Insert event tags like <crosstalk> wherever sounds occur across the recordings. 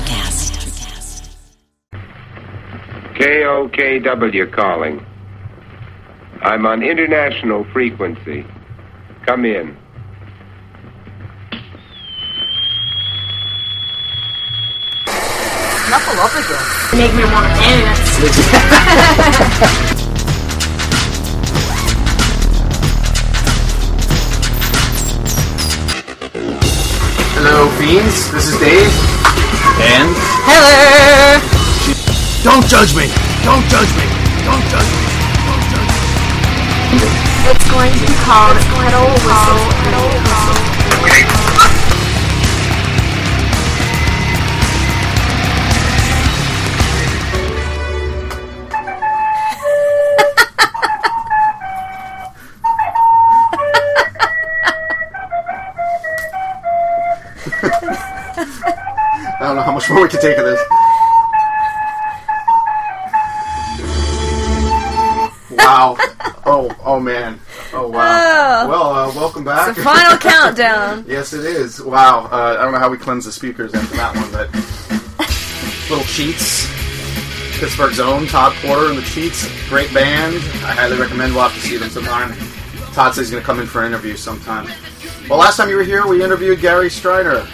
Electricast. KOKW calling. I'm on international frequency. Come in. Knuckle up again. Make me want to dance. Hello, fiends. This is Dave. And Hello! don't judge me. Don't judge me. Don't judge me. Don't judge me. It's going to be called Cuddle Whistle. Cuddle Whistle. I don't know how much more we can take of this. Wow. Oh, oh man. Oh wow. Oh. Well, uh, welcome back. The final countdown. yes, it is. Wow. Uh, I don't know how we cleanse the speakers after that one, but little cheats. Pittsburgh's own Todd Porter and the Cheats, great band. I highly recommend. We'll have to see them sometime. Todd says he's going to come in for an interview sometime. Well, last time you were here, we interviewed Gary Strider,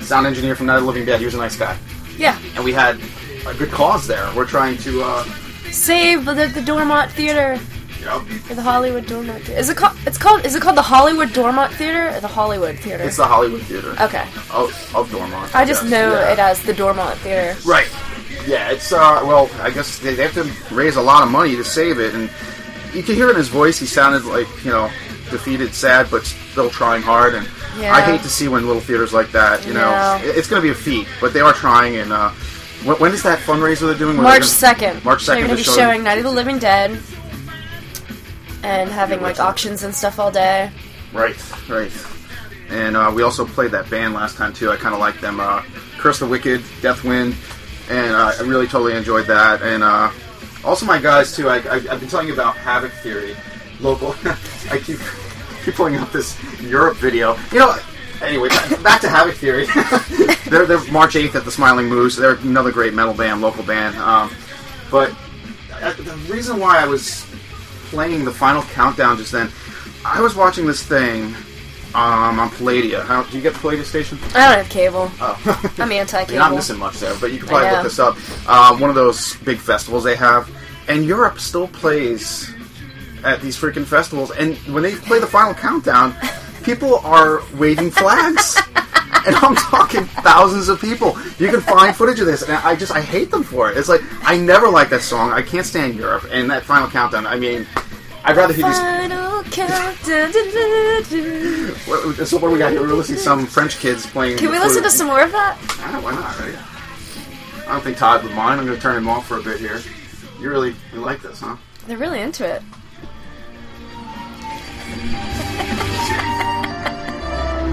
sound engineer from Night of the Living Dead. He was a nice guy, <laughs> Yeah. and we had a good cause there. We're trying to, uh, Save the, the Dormont Theater. you know, Or the Hollywood Dormont Theater. Is it called it's called is it called the Hollywood Dormont Theater or the Hollywood Theater? it's the Hollywood Theater. okay. Of, of Dormont. I just guess. know Yeah. it as the Dormont Theater. Right. Yeah, it's uh well, I guess they, they have to raise a lot of money to save it and you could hear in his voice he sounded like, you know, defeated, sad, but still trying hard and Yeah. I hate to see when little theaters like that, you know. Yeah. It- It's going to be a feat, but they are trying and uh when, when is that fundraiser they're doing? Where March they're gonna- second. March They're second. gonna be showing Night of the Living Dead and having like auctions and stuff all day. Right, right. And uh, we also played that band last time too. I kind of like them. Uh, Curse the Wicked, Deathwind, and uh, I really totally enjoyed that. And uh, also my guys too. I, I, I've been telling you about Havoc Theory, local. <laughs> I keep keep pulling up this Europe video. You know. Anyway, back back to Havoc Theory. <laughs> they're, they're March 8th at the Smiling Moose. They're another great metal band, local band. Um, but uh, the reason why I was playing the final countdown just then, I was watching this thing um, on Palladia. How, do you get the Palladia station? I don't have cable. Oh. <laughs> I'm anti You're not cable. missing much there, but you can probably I know. look this up. Um, one of those big festivals they have. And Europe still plays at these freaking festivals. And when they play the final countdown, people are waving flags. <laughs> And I'm talking thousands of people. You can find footage of this, and I just I hate them for it. It's like I never liked that song. I can't stand Europe and that final countdown. I mean, I'd rather hear these Final countdown. do, do, do, do. What- So what do we got here? We're listening to some French kids playing. Can we the listen flute. to some more of that? I don't, why not? Right? I don't think Todd would mind. I'm going to turn him off for a bit here. You really you like this, huh? They're really into it. <laughs>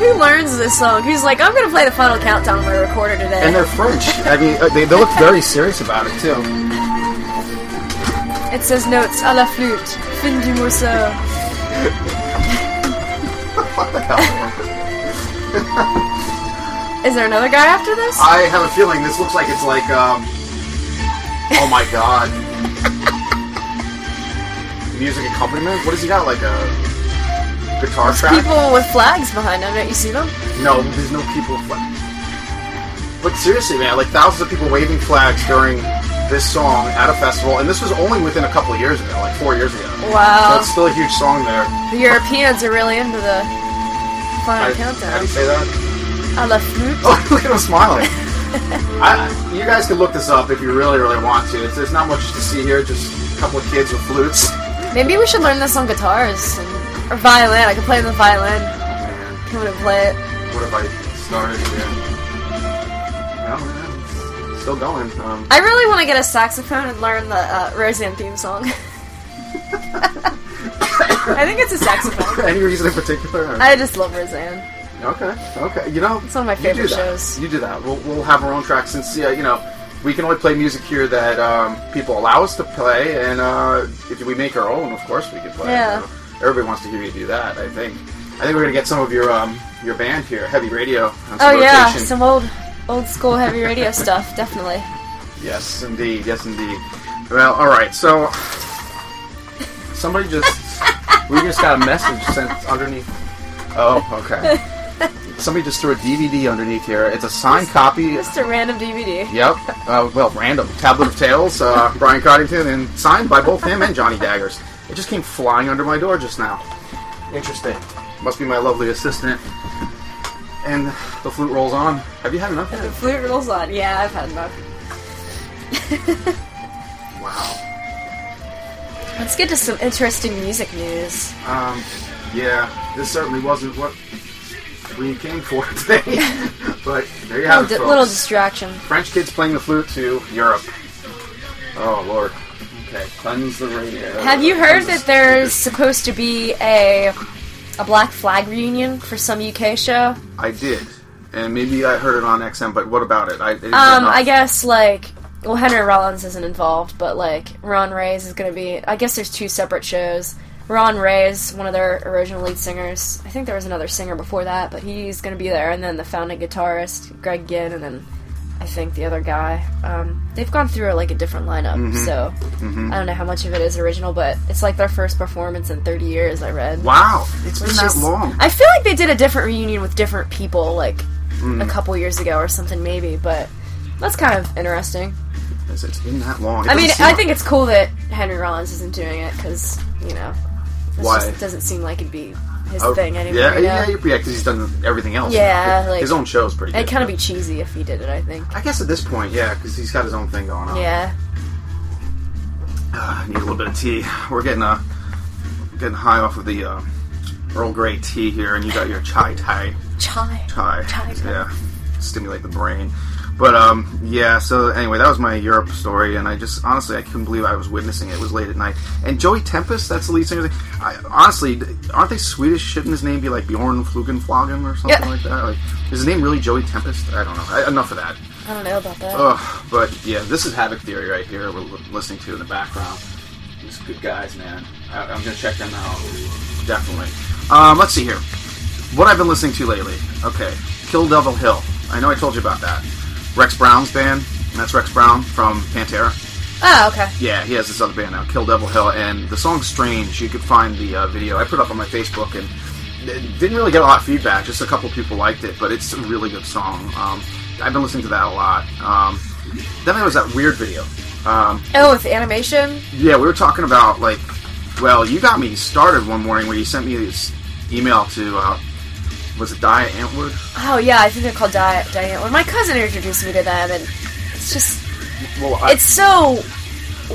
Who learns this song? Who's like, I'm gonna play the final countdown on my recorder today? And they're French. I mean, uh, they, they look very serious about it too. It says notes à la flute, fin du morceau. What the hell? Is there another guy after this? I have a feeling this looks like it's like. Um, oh my god. Music accompaniment? What does he got? Like a guitar track? People with flags behind them, don't you see them? No, there's no people. Flag. But seriously, man, like thousands of people waving flags during this song at a festival, and this was only within a couple of years ago, like four years ago. Wow. So it's still a huge song there. The Europeans are really into the final I, how do countdown. you say that? <laughs> À la flute. Oh, look at him <laughs> smiling. I, you guys can look this up if you really, really want to. It's, there's not much to see here, just a couple of kids with flutes. Maybe we should learn this on guitars and, or violin. I could play the violin. Man, Come and play it. what if I started here? Well, yeah, it's still going. Um, <laughs> I really want to get a saxophone and learn the uh, Roseanne theme song. <laughs> I think it's a saxophone. any reason in particular? or- I just love Roseanne. Okay. Okay. You know, it's one of my you favorite do that. shows. You do that. We'll, we'll have our own track since uh, you know we can only play music here that um, people allow us to play, and uh, if we make our own, of course we can play. it, Yeah. you know. everybody wants to hear you do that. I think. I think we're gonna get some of your um, your band here, heavy radio. On some Oh yeah, rotation. some old old school heavy radio stuff, definitely. Yes, indeed. Yes, indeed. Well, all right. So somebody just we just got a message sent underneath. Oh, okay. Somebody just threw a DVD underneath here. It's a signed copy. Just a random DVD. Yep. Uh, well, random tablet of tales. Uh, Brian Coddington, and signed by both him and Johnny Daggers. It just came flying under my door just now. Interesting. Must be my lovely assistant. And the flute rolls on. Have you had enough? The flute rolls on. Yeah, I've had enough. Wow. Let's get to some interesting music news. Um, yeah, this certainly wasn't what we came for <laughs> today. but there you have Little, it, di- folks. little distraction. French kids playing the flute to Europe. Oh lord. Okay, cleanse the radio. Have you heard Cleanse the that there's supposed to be a a Black Flag reunion for some UK show? speakers. I did, and maybe I heard it on XM. But what about it? I, it is Um, enough. I guess like well, Henry Rollins isn't involved, but like Ron Reyes is gonna be. I guess there's two separate shows. Ron Reyes, one of their original lead singers. I think there was another singer before that, but he's gonna be there. And then the founding guitarist Greg Ginn, and then I think the other guy. Um, they've gone through like a different lineup, so I don't know how much of it is original, but it's like their first performance in 30 years. I read. Wow, it's been It's that just- long. I feel like they did a different reunion with different people, like Mm. a couple years ago or something, maybe. But that's kind of interesting. Yes, It's been that long. It I doesn't mean, seem I like- think it's cool that Henry Rollins isn't doing it because you know, it's Why? Just, it doesn't seem like it'd be his Oh, thing anymore. Yeah, you yeah, know? yeah, because he's done everything else. Yeah, like- his own show's pretty. It'd good. kind of be cheesy if he did it. I think. I guess at this point, yeah, because he's got his own thing going on. Yeah. I need a little bit of tea. We're getting uh, getting high off of the uh, Earl Grey tea here, and you got your chai tai Chai. chai. Chai tai. Yeah, stimulate the brain. But um, yeah. So anyway, that was my Europe story, and I just honestly I couldn't believe I was witnessing it. It was late at night. And Joey Tempest, that's the lead singer. I, honestly, aren't they Swedish? Shouldn't his name be like Bjorn Flugenflagen or something Yeah. like that? Like, is his name really Joey Tempest? I don't know. I, enough of that. I don't know about that. Ugh, but yeah, this is Havoc Theory right here. We're li- listening to in the background. These good guys, man. I- I'm gonna check them out. Definitely. Um, let's see here. What I've been listening to lately. Okay, Kill Devil Hill. I know I told you about that. Rex Brown's band. and That's Rex Brown from Pantera. oh, okay. Yeah, he has this other band now, Kill Devil Hill, and the song "Strange." You could find the uh, video I put up on my Facebook, and it didn't really get a lot of feedback. Just a couple people liked it, but it's a really good song. Um, I've been listening to that a lot. Um, then there was that weird video. Um, Oh, with animation. yeah, we were talking about like, well, you got me started one morning where you sent me this email to uh, was it Dia Antwood? Oh yeah, I think they're called Diet Diet. When my cousin introduced me to them, and it's just Well, I, it's so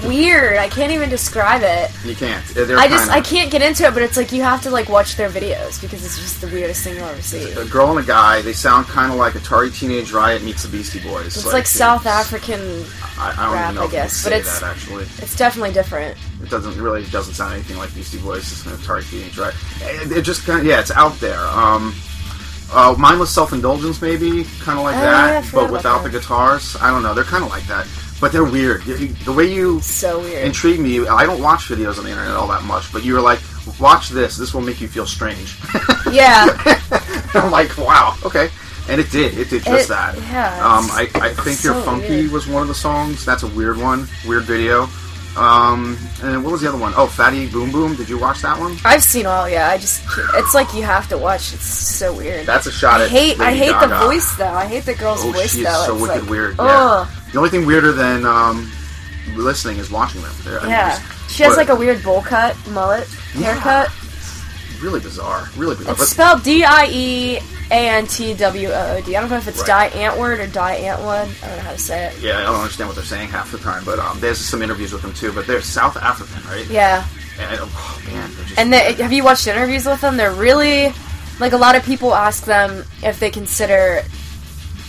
weird. I can't even describe it. you can't. Uh, They're I just kinda- I can't get into it, but it's like you have to like watch their videos because it's just the weirdest thing you'll ever see. A girl and a guy. They sound kind of like Atari Teenage Riot meets the Beastie Boys. It's like South it's- African. I, I don't rap, even know I if you can guess, but say it's- that actually. It's definitely different. It doesn't really doesn't sound anything like Beastie Boys. It's an Atari Teenage Riot. It, it just kind of yeah, it's out there. Um, uh, mindless self indulgence, maybe kind of like Oh, yeah, I that, forgot but about without that. the guitars. I don't know. They're kind of like that, but they're weird. You- you- The way you So weird. intrigue me. I don't watch videos on the internet all that much, but you were like, watch this. This will make you feel strange. <laughs> yeah. I'm like, wow, okay. And it did. It did just It- that. yeah, it's- Um, I, I think it's You're so Funky weird. was one of the songs. That's a weird one. Weird video. Um, and what was the other one? Oh, Fatty Boom Boom. Did you watch that one? I've seen all. Yeah, I just it's like you have to watch. It's so weird. That's a shot I at hate I Lady hate the Gaga. voice though. I hate the girl's Oh, voice she's though. so it's wicked like, weird. Ugh. Yeah. The only thing weirder than um, listening is watching them. They're- I mean, Yeah. just- She has but like a weird bowl cut, mullet, Yeah. haircut. really bizarre. Really bizarre. It's But spelled D I E A N T W O O D. I don't know if it's Right. Die Antword or Die Antwood. I don't know how to say it. yeah, I don't understand what they're saying half the time. But um, there's some interviews with them too. But they're South African, right? Yeah. And, oh man, they're just And they, have you watched interviews with them? They're really like a lot of people ask them if they consider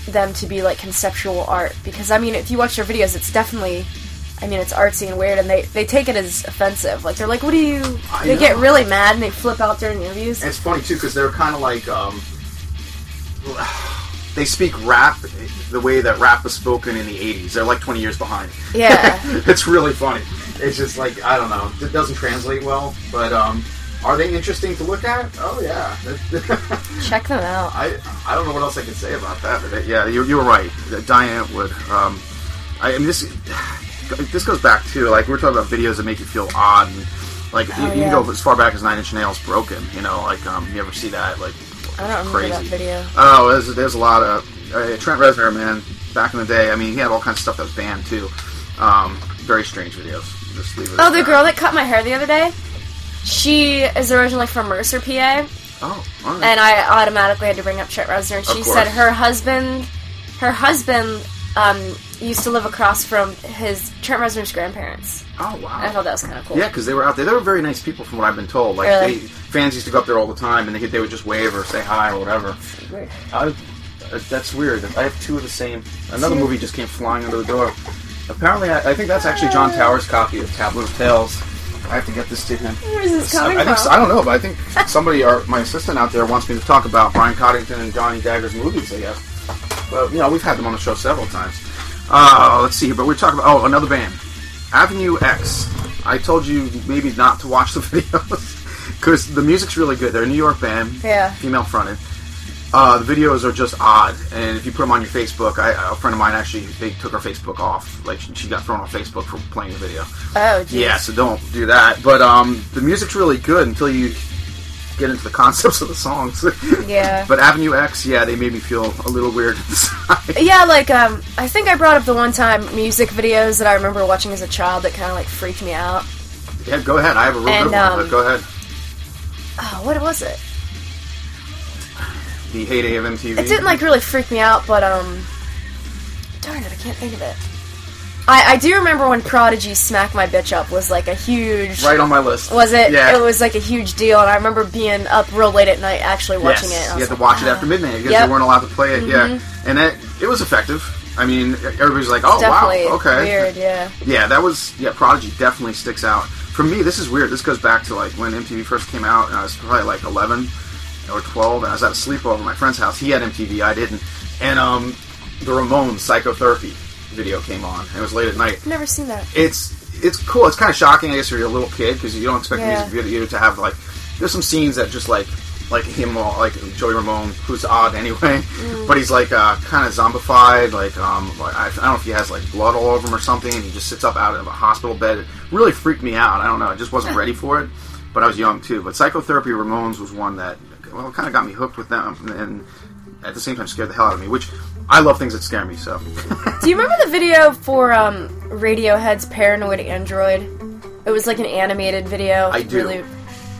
them to be like conceptual art because I mean, if you watch their videos, it's definitely. I mean, it's artsy and weird, and they, they take it as offensive. Like, they're like, what do you... I they get know. really mad, and they flip out during interviews. And it's funny too because they're kind of like um, they speak rap the way that rap was spoken in the '80s. They're like 20 years behind. Yeah. <laughs> <laughs> it's really funny. It's just like I don't know. It doesn't translate well, but um, Are they interesting to look at? Oh yeah. <laughs> Check them out. I I don't know what else I can say about that, but it, yeah, you, you were right. Uh, Diane Atwood. Um, I and this <sighs> this goes back to like we were talking about videos that make you feel odd. And, like you, Oh, you yeah. can go as far back as Nine Inch Nails "Broken." You know, like um, you ever see that? Like I don't remember crazy. that video. Oh, there's, there's a lot of uh, Trent Reznor, man. Back in the day, I mean, he had all kinds of stuff that was banned too. Um, very strange videos. Just leave it. Oh, at the that. girl that cut my hair the other day. She is originally from Mercer, PA, Oh, all right. and I automatically had to bring up Trent Reznor. She course. said her husband, her husband, um, used to live across from his Trent Reznor's grandparents. oh wow. I thought that was kind of cool. Yeah, because they were out there. They were very nice people, from what I've been told. Like Really? they, fans used to go up there all the time, and they could- they would just wave or say hi or whatever. Weird. I, uh, that's weird. I have two of the same. Another Two. movie just came flying under the door. Apparently, I, I think that's actually John Towers' copy of Tablet of Tales. I have to get this to him. Where is this coming I, I think, from? I don't know, but I think somebody, or my assistant out there, wants me to talk about Brian Coddington and Johnny Dagger's movies. I guess, but you know, we've had them on the show several times. Uh, let's see here, but we're talking about oh, another band, Avenue X. I told you maybe not to watch the <laughs> videos because the music's really good. They're a New York band, Yeah. female fronted. Uh, the videos are just odd, and if you put them on your Facebook, I, a friend of mine actually they took her Facebook off. Like she, she got thrown off Facebook for playing the video. Oh, geez. Yeah, so don't do that. But um, the music's really good until you get into the <laughs> concepts of the songs. <laughs> Yeah. but Avenue X, yeah, they made me feel a little weird <laughs> inside. Yeah, like um, I think I brought up the one time music videos that I remember watching as a child that kind of like freaked me out. yeah, go ahead. I have a real And, good one, but um, go ahead. Oh, what was it? The heyday of MTV. It didn't like really freak me out, but um, darn it, I can't think of it. I I do remember when Prodigy "Smack My Bitch Up" was like a huge. right on my list. Was it? Yeah. It was like a huge deal, and I remember being up real late at night actually watching yes. it. and I You was had to like, watch it after midnight because Yep. Mm-hmm. they weren't allowed to play it. Yeah, and that it was effective. I mean, everybody's like, "Oh Definitely wow, okay, weird, yeah. Yeah, that was yeah. Prodigy definitely sticks out for me. This is weird. This goes back to like when MTV first came out, and I was probably like eleven or twelve, and I was at a sleepover at my friend's house. He had MTV, I didn't, and um, the Ramones psychotherapy video came on. And it was late at night. Never seen that. It's it's cool. It's kind of shocking, I guess, if you're a little kid because you don't expect Yeah. music video to have like there's some scenes that just like like him all like Joey Ramone, who's odd <laughs> anyway, Mm. but he's like uh, kind of zombified. Like um, like, I, I don't know if he has like blood all over him or something. And he just sits up out of a hospital bed. It really freaked me out. I don't know. I just <laughs> wasn't ready for it. But I was young too. But psychotherapy Ramones was one that well kind of got me hooked with them and. At the same time, scared the hell out of me, which I love things that scare me. So, <laughs> Do you remember the video for um, Radiohead's "Paranoid Android"? It was like an animated video. I do. Really,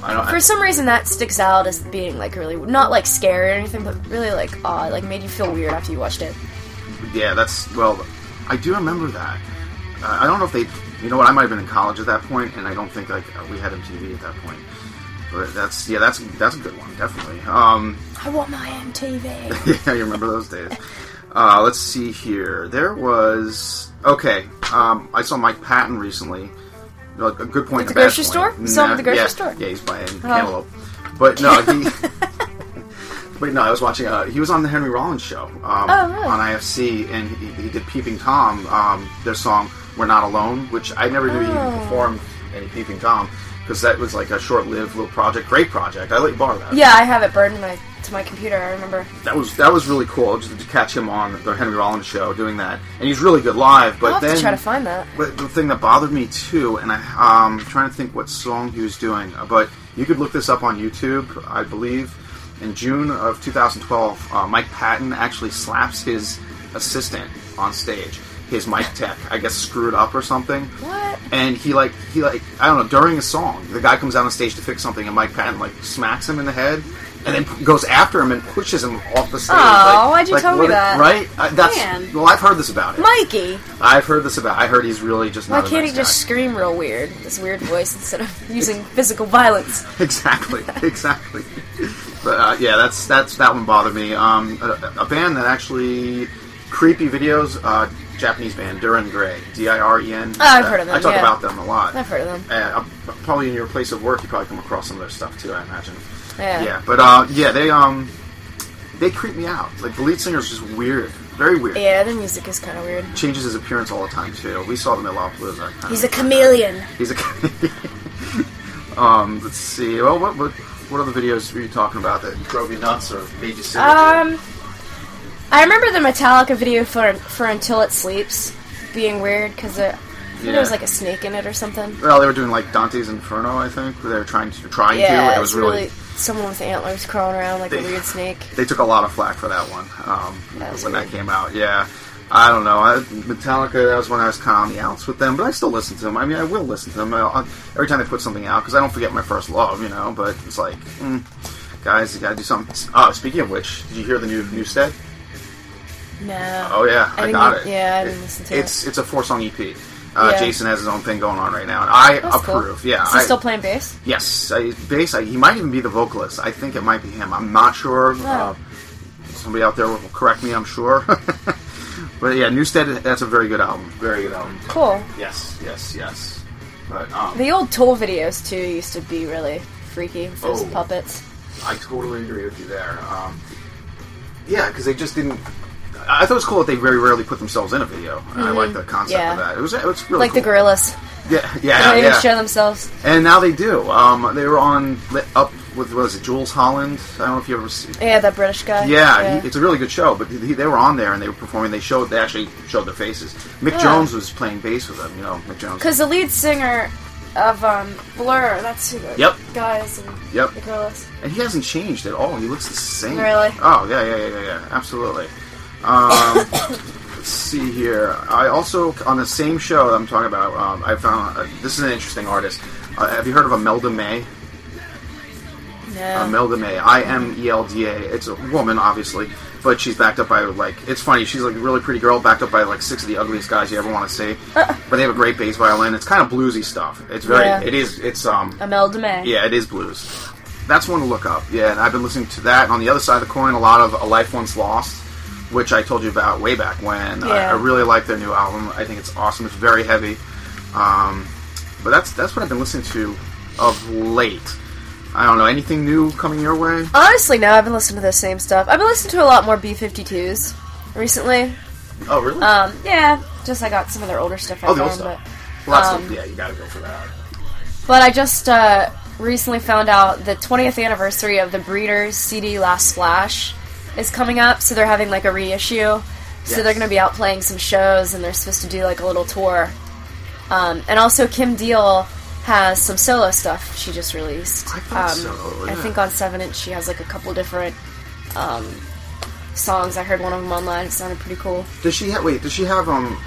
I don't. for some reason, that sticks out as being like really not like scary or anything, but really like odd. Like made you feel weird after you watched it. Yeah, that's well. I do remember that. Uh, I don't know if they. You know what? I might have been in college at that point, and I don't think like we had MTV at that point. But that's yeah, that's that's a good one, definitely. Um, I want my <laughs> MTV. yeah, you remember those days. Uh, let's see here. There was okay. Um, I saw Mike Patton recently. You know, A good point. At a the bad grocery point. store? You saw him at the grocery yeah, store? Oh. Yeah, he's buying cantaloupe. But no, <laughs> he, <laughs> but no, I was watching. Uh, he was on the Henry Rollins show um, Oh, really? on IFC, and he, he did Peeping Tom, um, their song "We're Not Alone," which I never knew he Oh. even performed any Peeping Tom because that was like a short-lived little project. Great project. I let you borrow that <laughs> yeah, I have it burned to my to my computer. I remember. that was that was really cool just to catch him on the Henry Rollins show doing that, and he's really good live. But I'll have then to try to find that. but the thing that bothered me too, and I, um, I'm trying to think what song he was doing, uh, but you could look this up on YouTube, I believe. In June of 2012, uh, Mike Patton actually slaps his assistant on stage. His mic tech, I guess, screwed up or something. What? And he like he like I don't know. During a song, the guy comes out on stage to fix something, and Mike Patton like smacks him in the head, and then p- goes after him and pushes him off the stage. Aw, like- why'd you like, tell me what a- that? Right? I, that's Man. well, I've heard this about it. Mikey, I've heard this about. I heard he's really just why Oh, not. a can't he nice just scream real weird, this weird voice, instead of <laughs> using physical violence? guy. <laughs> <laughs> exactly, exactly. but uh, yeah, that's that's that one bothered me. Um, a, a band that actually creepy videos. Uh, Japanese band Duran Gray, D I R E N. Oh, I've heard of them, I talk yeah. about them a lot. I've heard of them. Uh, probably in your place of work, you probably come across some of their stuff too. I imagine. Yeah. Yeah, but uh, yeah, they um, they creep me out. Like the lead singer's just weird, very weird. Yeah, their music is kind of weird. Changes his appearance all the time too. We saw them at Lollapalooza. He's a chameleon. He's a. <laughs> Um, let's see. Well, what what what other videos were you talking about that drove you nuts or made you sick? Um, I remember the Metallica video for for Until It Sleeps being weird because it. I think Yeah. there was like a snake in it or something. well, they were doing like Dante's Inferno, I think. They were trying to trying Yeah, to. It it's was really, someone with antlers crawling around like a They- weird snake. They took a lot of flack for that one um, That was when that weird. came out. Yeah, I don't know. I, Metallica. That was when I was kind of on the outs with them, but I still listen to them. I mean, I will listen to them I, I, every time they put something out because I don't forget my first love, you know. But it's like, mm, guys, you gotta do something. Uh, speaking of which, did you hear the new Newstead? No. Oh yeah, I I, didn't got get- it. yeah, I didn't listen to it. it's, It's a four song EP. Uh, Yeah. Jason has his own thing going on right now, and I That's cool. approve. Yeah, Is he I- still playing bass? Yes, I, bass. I, he might even be the vocalist. I think it might be him. I'm not sure. Uh, somebody out there will correct me. I'm sure. <laughs> but yeah, Newstead. That's a very good album. Very good album. Cool. Yes, yes, yes. But um, The old Tool videos too used to be really freaky with those Oh. puppets. I totally agree with you there. Um, yeah, because they just didn't. I I thought it was cool that they very rarely put themselves in a video. And I like the concept Mm-hmm. Yeah. of that. It was it was really Like the cool. gorillas. Yeah, They yeah, don't even yeah. show themselves. And now they do. Um, they were on lit up with what is it, Jules Holland? I don't know if you ever see. Yeah, that British guy. Yeah, He, it's a really good show. But he, they were on there and they were performing. They showed they actually showed their faces. Mick Yeah. Jones was playing bass with them. You know, Mick Jones. Because the lead singer of um, Blur, that's who the Yep. guys and Yep. the girls. And he hasn't changed at all. He looks the same. Really? Oh yeah, yeah, yeah, yeah, yeah. Absolutely. Um, let's see here. I also on the same show that I'm talking about. Um, I found uh, this is an interesting artist. Uh, have you heard of Imelda May? No. Imelda May. I M E L D A. It's a woman, obviously, but she's backed up by like it's funny. She's like a really pretty girl, backed up by like six of the ugliest guys you ever want to see. but they have a great bass violin. It's kind of bluesy stuff. It's very. Yeah. It is. It's um. Imelda May. Yeah, it is blues. That's one to look up. Yeah, and I've been listening to that. And on the other side of the coin, a lot of A Life Once Lost, which I told you about way back when. I, Yeah. I really like their new album. I think it's awesome. It's very heavy. Um, but that's that's what I've been listening to of late. I don't know anything new coming your way. Honestly, no, I've been listening to the same stuff. I've been listening to a lot more B-52s recently. Oh, really? Um, yeah, just I got some of their older stuff I Oh, the old found, stuff. but... Lots um, of, yeah, you gotta go for that. But I just uh, recently found out the 20th anniversary of the Breeders CD Last Splash is coming up, so they're having like a reissue. So Yes. they're going to be out playing some shows, and they're supposed to do like a little tour. Um, and also, Kim Deal has some solo stuff she just released. I thought um, so, I yeah. think on Seven Inch she has like a couple different um, songs. I heard one of them online; it sounded pretty cool. Does she have? Wait, does she have um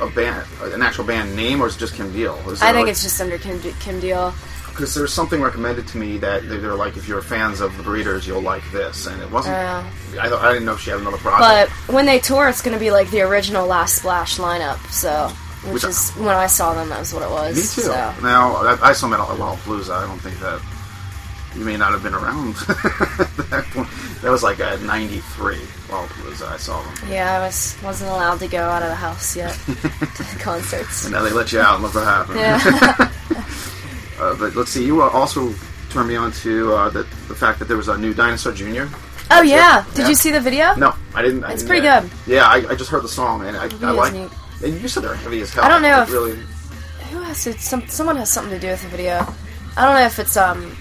a, a band, an actual band name, or is it just Kim Deal? Is I there, think like- it's just under Kim, De- Kim Deal. because there's something recommended to me that they- they're like, if you're fans of the Breeders, you'll like this, and it wasn't. Yeah. I, thought, I didn't know if she had another project. But when they tour, it's going to be like the original Last Splash lineup. So, which, Which I- is when I saw them, that was what it was. me too. So. Now I, I saw Metal at Wild Palooza. I don't think that you may not have been around. <laughs> that, point. that was like a '93 Wild Palooza. I saw them. Yeah, I was wasn't allowed to go out of the house <laughs> yet to the concerts. Now they let you out and look what happened. Yeah, Uh, but let's see. You uh, also turned me on to uh, the, the fact that there was a new Dinosaur Jr. oh yeah. Did Yeah. you see the video? No, I didn't. I It's didn't pretty get good. it. Yeah, I, I just heard the song and I, I is like. neat. And you said they're heavy as hell. I don't know Like, if- really. Who has to, some someone has something to do with the video? I don't know if it's um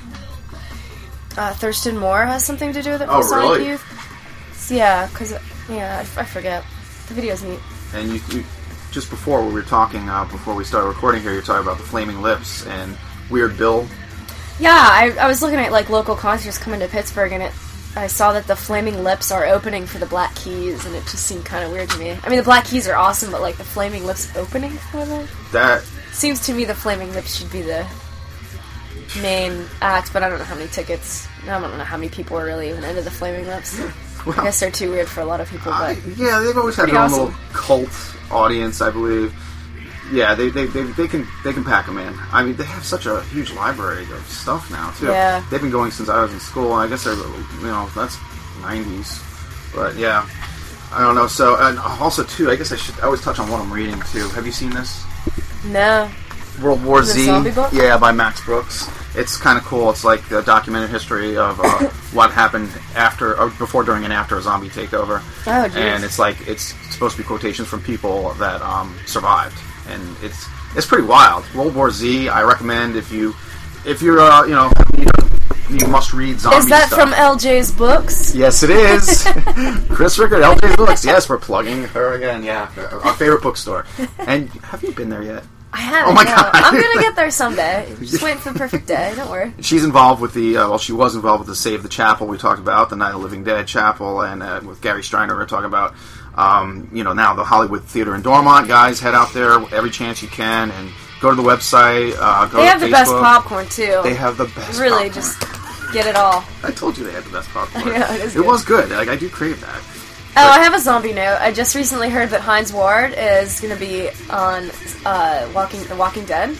uh, Thurston Moore has something to do with it. Oh, from Sonic really? Youth. So, yeah, because yeah, I, I forget. The video's neat. And you, you just before we were talking uh, before we started recording here, you're talking about the Flaming Lips and Weird Bill. Yeah, I, I was looking at like local concerts coming to Pittsburgh, and it I saw that the Flaming Lips are opening for the Black Keys, and it just seemed kind of weird to me. I mean, the Black Keys are awesome, but like the Flaming Lips opening for them That seems to me the Flaming Lips should be the main act, but I don't know how many tickets. I don't know how many people are really even into the <laughs> Flaming Lips. well, I guess they're too weird for a lot of people, I- but yeah, they've always had Pretty their own awesome. little cult audience, I believe. Yeah, they, they, they, they can they can pack them in. I mean, they have such a huge library of stuff now too. Yeah. they've been going since I was in school. I guess they're you know that's nineties, but yeah, I don't know. So and also too, I guess I should I always touch on what I'm reading too. Have you seen this? no. World War The Z. zombie book? Yeah, by Max Brooks. It's kind of cool. It's like the documented history of <coughs> uh, what happened after, or before, during, and after a zombie takeover. Oh, geez. and it's like it's supposed to be quotations from people that um, survived, and it's it's pretty wild. World War Z. I recommend if you if you're, uh, you know, you, you must read zombie Is that stuff. from LJ's books? Yes, it <laughs> is. <laughs> Chris Rickard, LJ Books. Yes, we're plugging her again. Yeah, our favorite bookstore. And have you been there yet? I haven't. Oh my no. God. I'm gonna get there someday. <laughs> Just waiting for the perfect day. Don't worry. She's involved with the uh, well, she was involved with the Save the Chapel we talked about, the Night of the Living Dead Chapel, and uh, with Gary Steiner we're talking about. Um, you know, now the Hollywood Theater in Dormont guys head out there every chance you can and go to the website. Uh, go They to have the best Facebook. popcorn too. They have the best. really popcorn. just get it all. I told you they had the <laughs> best popcorn. Yeah, it is it good. was good. Like I do crave that. Oh, I have a zombie note. I just recently heard that Heinz Ward is going to be on uh, Walking The Walking Dead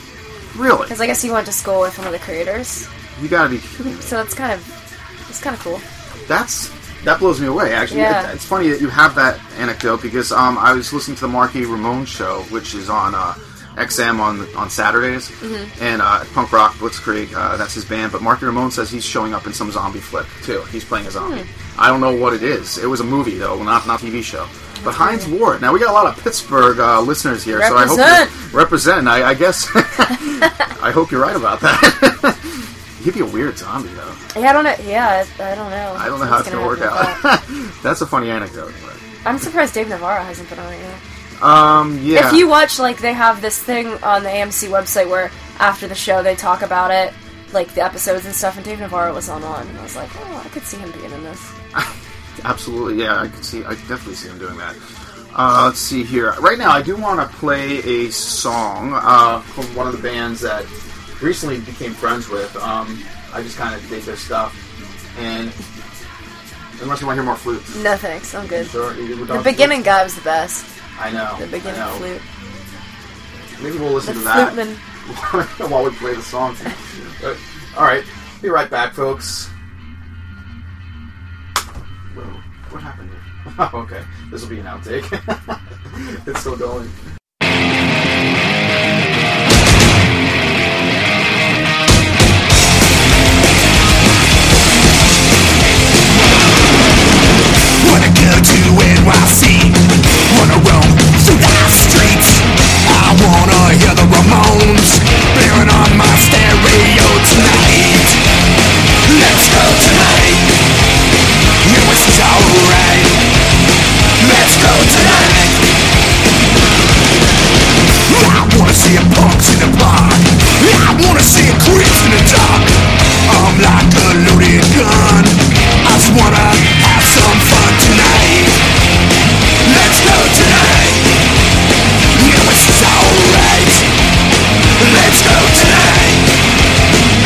Really, because I guess he went to school with one of the creators. you gotta be kidding me. So that's kind of it's kind of cool. That's that blows me away. Actually, Yeah. It- it's funny that you have that anecdote because um, I was listening to the Marky Ramone show, which is on uh, XM on on Saturdays, and uh, punk rock Blitzkrieg. Uh, that's his band. But Marky Ramone says he's showing up in some zombie flick too. He's playing a zombie. I don't know what it is. It was a movie though, not not a TV show. But Heinz Ward. Now we got a lot of Pittsburgh uh, listeners here, so I Represent. hope you represent. I, I guess <laughs> I hope you're right about that. <laughs> He'd be a weird zombie though. Yeah, I don't know. Yeah, I I don't know. I don't know how what's it's gonna work happen out. with <laughs> That's a funny anecdote. that. I'm surprised Dave Navarro hasn't been on it yet. But, um, yeah. If you watch, like, they have this thing on the AMC website where after the show they talk about it, like the episodes and stuff. And Dave Navarro was on one, and I was like, oh, I could see him being in this. Absolutely, yeah. I could see. I could definitely see him doing that. Uh, let's see here. Right now, I do want to play a song uh, from one of the bands that recently became friends with. Um, I just kind of dig their stuff, and unless you want to hear more flute, No thanks, I'm good. sure. you- we're done The with beginning guy was the best. flute? I know. The beginning I know. flute. Maybe we'll The listen to that <laughs> fluteman. while we play the song. But, all right, be right back, folks. Whoa, what happened? here? <laughs> Oh, okay, this will be an outtake. <laughs> it's still going. Wanna go to NYC Wanna roam through the streets I wanna hear the Ramones Blaring on my stereo tonight Let's go tonight It was so right Let's go tonight I wanna see a punks in the park I wanna see a creeps in the dark I'm like a loaded gun I just wanna have some fun tonight Let's go tonight Yeah, it's just alright Let's go tonight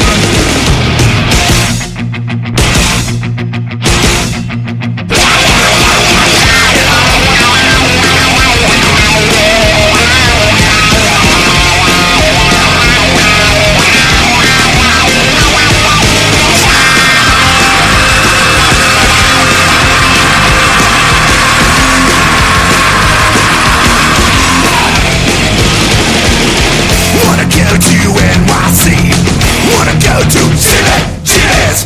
Wanna go to NYC Wanna go to Chile, Chile's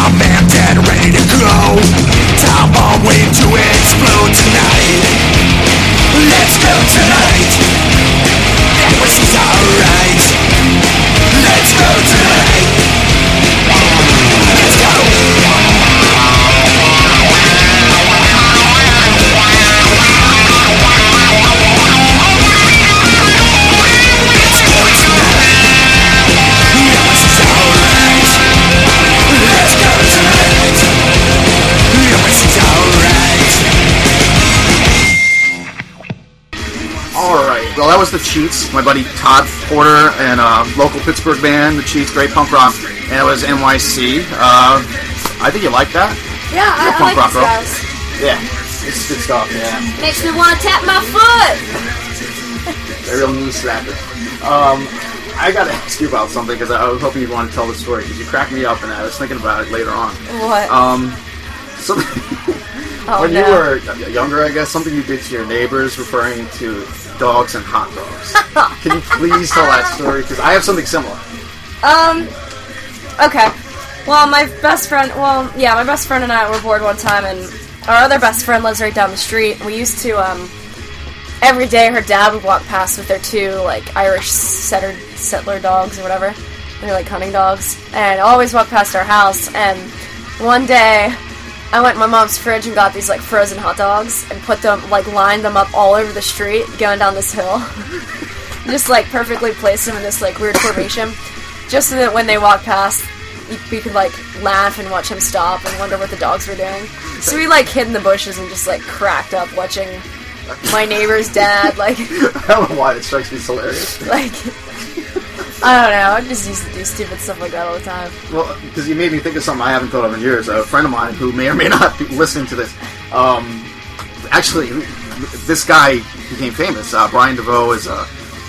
I'm amped and ready to go Time bomb waiting to explode tonight Let's go tonight Everything's alright Let's go tonight Let's go All right. Well, that was the Cheats. My buddy Todd Porter and uh, local Pittsburgh band, the Cheats, great punk rock, and it was NYC. Uh, I think you like that. Yeah, I, I punk like rock, bro. these guys. Yeah, it's good stuff. Yeah. Makes me want to tap my foot. a real knee slapper. Um, I gotta ask you about something because I was hoping you'd want to tell the story because you cracked me up and I was thinking about it later on. What? Um, so <laughs> oh when no. you were y- younger, I guess something you did to your neighbors referring to dogs and hot <laughs> dogs. Can you please tell that story? Because I have something similar. <laughs> Um. Okay. Well, my best friend. Well, yeah, my best friend and I were bored one time, and our other best friend lives right down the street. We used to um. Every day, her dad would walk past with their two like Irish setter, settler dogs or whatever, They're like hunting dogs, and always walk past our house. And one day, I went in my mom's fridge and got these like frozen hot dogs and put them like lined them up all over the street going down this hill. just like perfectly placed them in this like weird formation, just so that when they walk past, you- we could like laugh and watch him stop and wonder what the dogs were doing. So we like hid in the bushes and just like cracked up watching my neighbor's dad like <laughs> I don't know why it strikes me as hilarious. like I don't know. I just used to do stupid stuff like that all the time. Well, because you made me think of something I haven't thought of in years. A friend of mine who may or may not be listening to this. Um, actually, this guy became famous. Uh, Brian DeVoe is a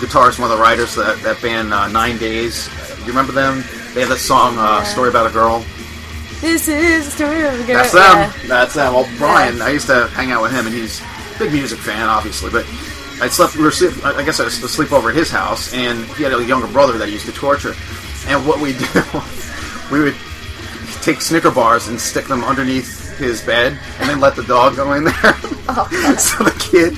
guitarist, one of the writers of that, that band uh, Nine Days. Do you remember them? They had that song, uh, Story About a Girl. This is the story of a girl. That's yeah. them. That's them. Well, Brian, I used to hang out with him, and he's a big music fan, obviously. But I slept. We were, sleep- I guess I was to sleep over at his house, and he had a younger brother that he used to torture. And what we <laughs> do, we would take Snicker bars and stick them underneath his bed, and then let the dog go in there. <laughs> so the kid,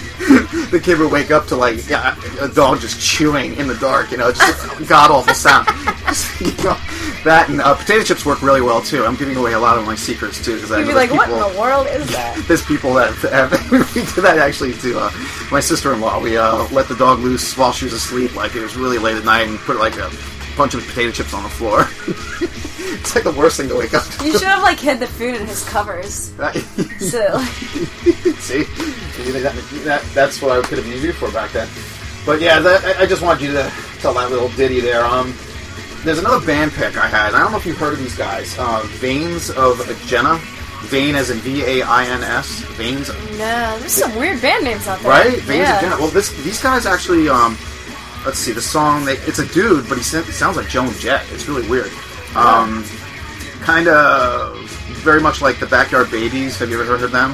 the kid would wake up to like yeah, a dog just chewing in the dark, you know, just god awful sound. Just, <laughs> you know, that and uh, potato chips work really well too. I'm giving away a lot of my secrets too. 'cause I You'd be know there's like, what in people- the world is that? there's people that <laughs> have, we did that actually to uh, my sister-in-law. We uh, let the dog loose while she was asleep, like it was really late at night, and put like a bunch of potato chips on the floor. <laughs> it's like the worst thing to <laughs> wake up. You should have like hid the food in his covers. to. So like, <laughs> See, that, that, that's what I could have used you for back then. But yeah, that, I- I just wanted you to tell that little ditty there. Um, there's another band pick I had. I don't know if you've heard of these guys. Uh, Veins of Jenna. Vein as in V-A-I-N-S. Veins no, there's some weird band names out there. Right? Veins yeah. of Janet. Well, this these guys actually. Um, let's see. The song. They, it's a dude, but he sa- sounds like Joan Jett. It's really weird. Um, kind of very much like the Backyard Babies. Have you ever heard of them?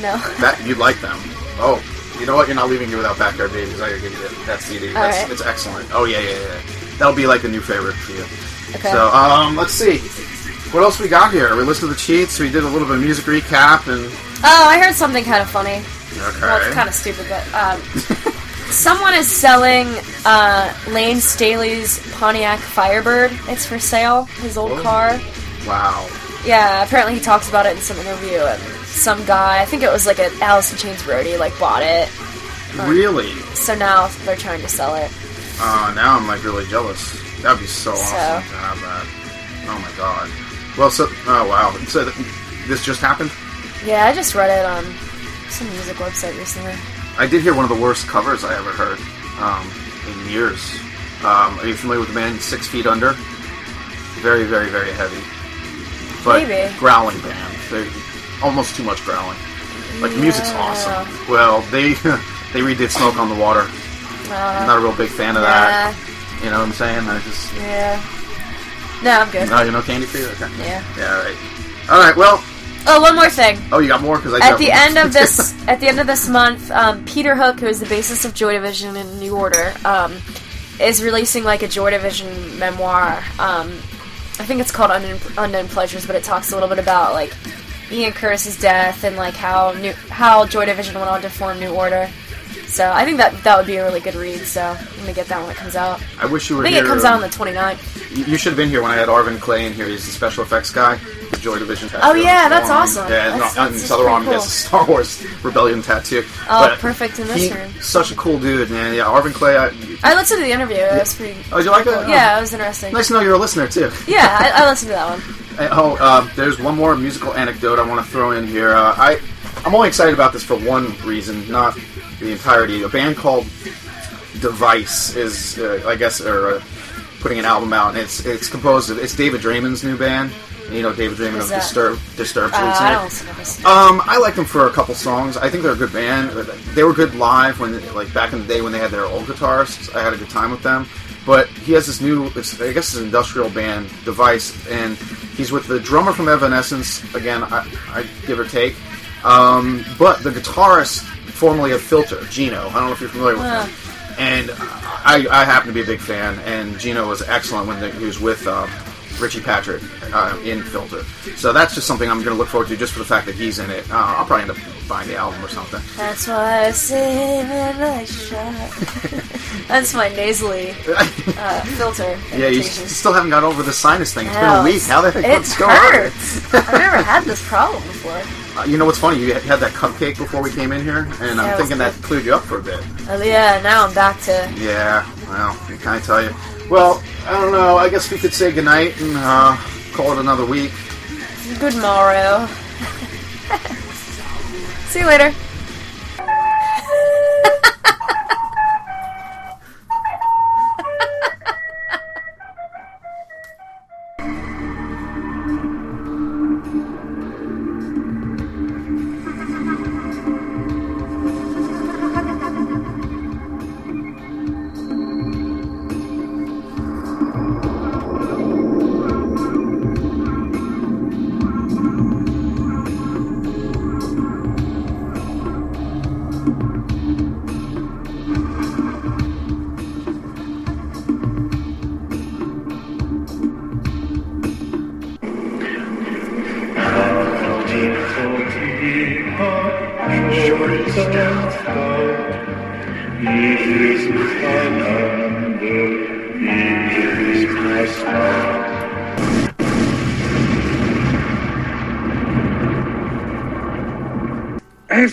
No. <laughs> That you'd like them. Oh, you know what? You're not leaving me without Backyard Babies. I gotta give you that, that CD. That's, right. It's excellent. Oh yeah, yeah, yeah. That'll be like a new favorite for you. Okay. So um, let's see. What else we got here? We listened to the cheats. We did a little bit of music recap and. Oh, I heard something kind of funny. Okay. Well, it's kind of stupid, but um, <laughs> someone is selling uh, Lane Staley's Pontiac Firebird. It's for sale. His old Whoa. car. wow. Yeah, apparently he talks about it in some interview, and some guy, I think it was like an Alice in Chains Brody, like bought it. Really? So now they're trying to sell it. Oh, now I'm like really jealous. That'd be so awesome So- to have that. Oh my god. Well, so oh wow. So th- this just happened. Yeah, I just read it on some music website recently. I did hear one of the worst covers I ever heard um, in years. Um, are you familiar with the band Six Feet Under? Very, very, very heavy. But Maybe. growling band. They're almost too much growling. Like music's Yeah. awesome. Well, they <laughs> they redid Smoke on the Water. Uh, I'm not a real big fan of that. You know what I'm saying? I just Yeah. No, I'm good. no, you know Candy Fever. Okay. Yeah. Yeah, all right. All right. Well, Oh, one more thing. oh, you got more because I At got the one. <laughs> end of this, at the end of this month, um, Peter Hook, who is the bassist of Joy Division and New Order, um, is releasing like a Joy Division memoir. Um, I think it's called Unknown, Unknown Pleasures, but it talks a little bit about like Ian Curtis's death and like how new how Joy Division went on to form New Order. So I think that that would be a really good read. So I'm gonna get that when it comes out. I wish you were I think here. it comes out on the 29th. You- You should have been here when I had Arvin Clay in here. He's the special effects guy. The Joy Division tattoo. Oh, yeah, that's Um, awesome. Yeah, and That's- on- on that's his other arm, he pretty has a Star Wars Rebellion tattoo. Oh, perfect in this he- room. Such a cool dude, man. Yeah, Arvin Clay. I, I listened to the interview. It was pretty. oh, did you like that? Yeah, it was interesting. Nice to know you're a listener too. <laughs> Yeah, I, I listened to that one. Uh, Oh, uh, there's one more musical anecdote I want to throw in here. Uh, I, I'm only excited about this for one reason, not the entirety. A band called Device is, uh, I guess, or uh, putting an album out, and it's it's composed of it's David Draiman's new band. You know, David Draiman Who's of that? Disturbed, Disturbed. Uh, I don't listen to this. Um, I like them for a couple songs. I think they're a good band. They were good live when, like, back in the day when they had their old guitarists. I had a good time with them. But he has this new, it's, I guess, it's an industrial band device, and he's with the drummer from Evanescence. Again, I, I give or take. Um, but the guitarist, formerly of Filter, Gino. I don't know if you're familiar with him. And I, I happen to be a big fan, and Gino was excellent when he was with um, Richie Patrick uh, in Filter. So that's just something I'm going to look forward to just for the fact that he's in it. Uh, I'll probably end up buying the album or something. <laughs> That's why I say it like shot. That's my nasally uh, filter. yeah, you irritation. s- still haven't got over the sinus thing. It's been a Hell, week. How the heck it what's going on? hurts. I've never had this problem before. Uh, you know what's funny? You had- had that cupcake before we came in here, and Yeah, I'm it was thinking that good. cleared you up for a bit. Oh, yeah, now I'm back to. Yeah, well, I can't tell you. Well, I don't know. I guess we could say goodnight and uh, call it another week. Good morrow. <laughs> See you later. I have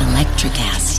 Electricast.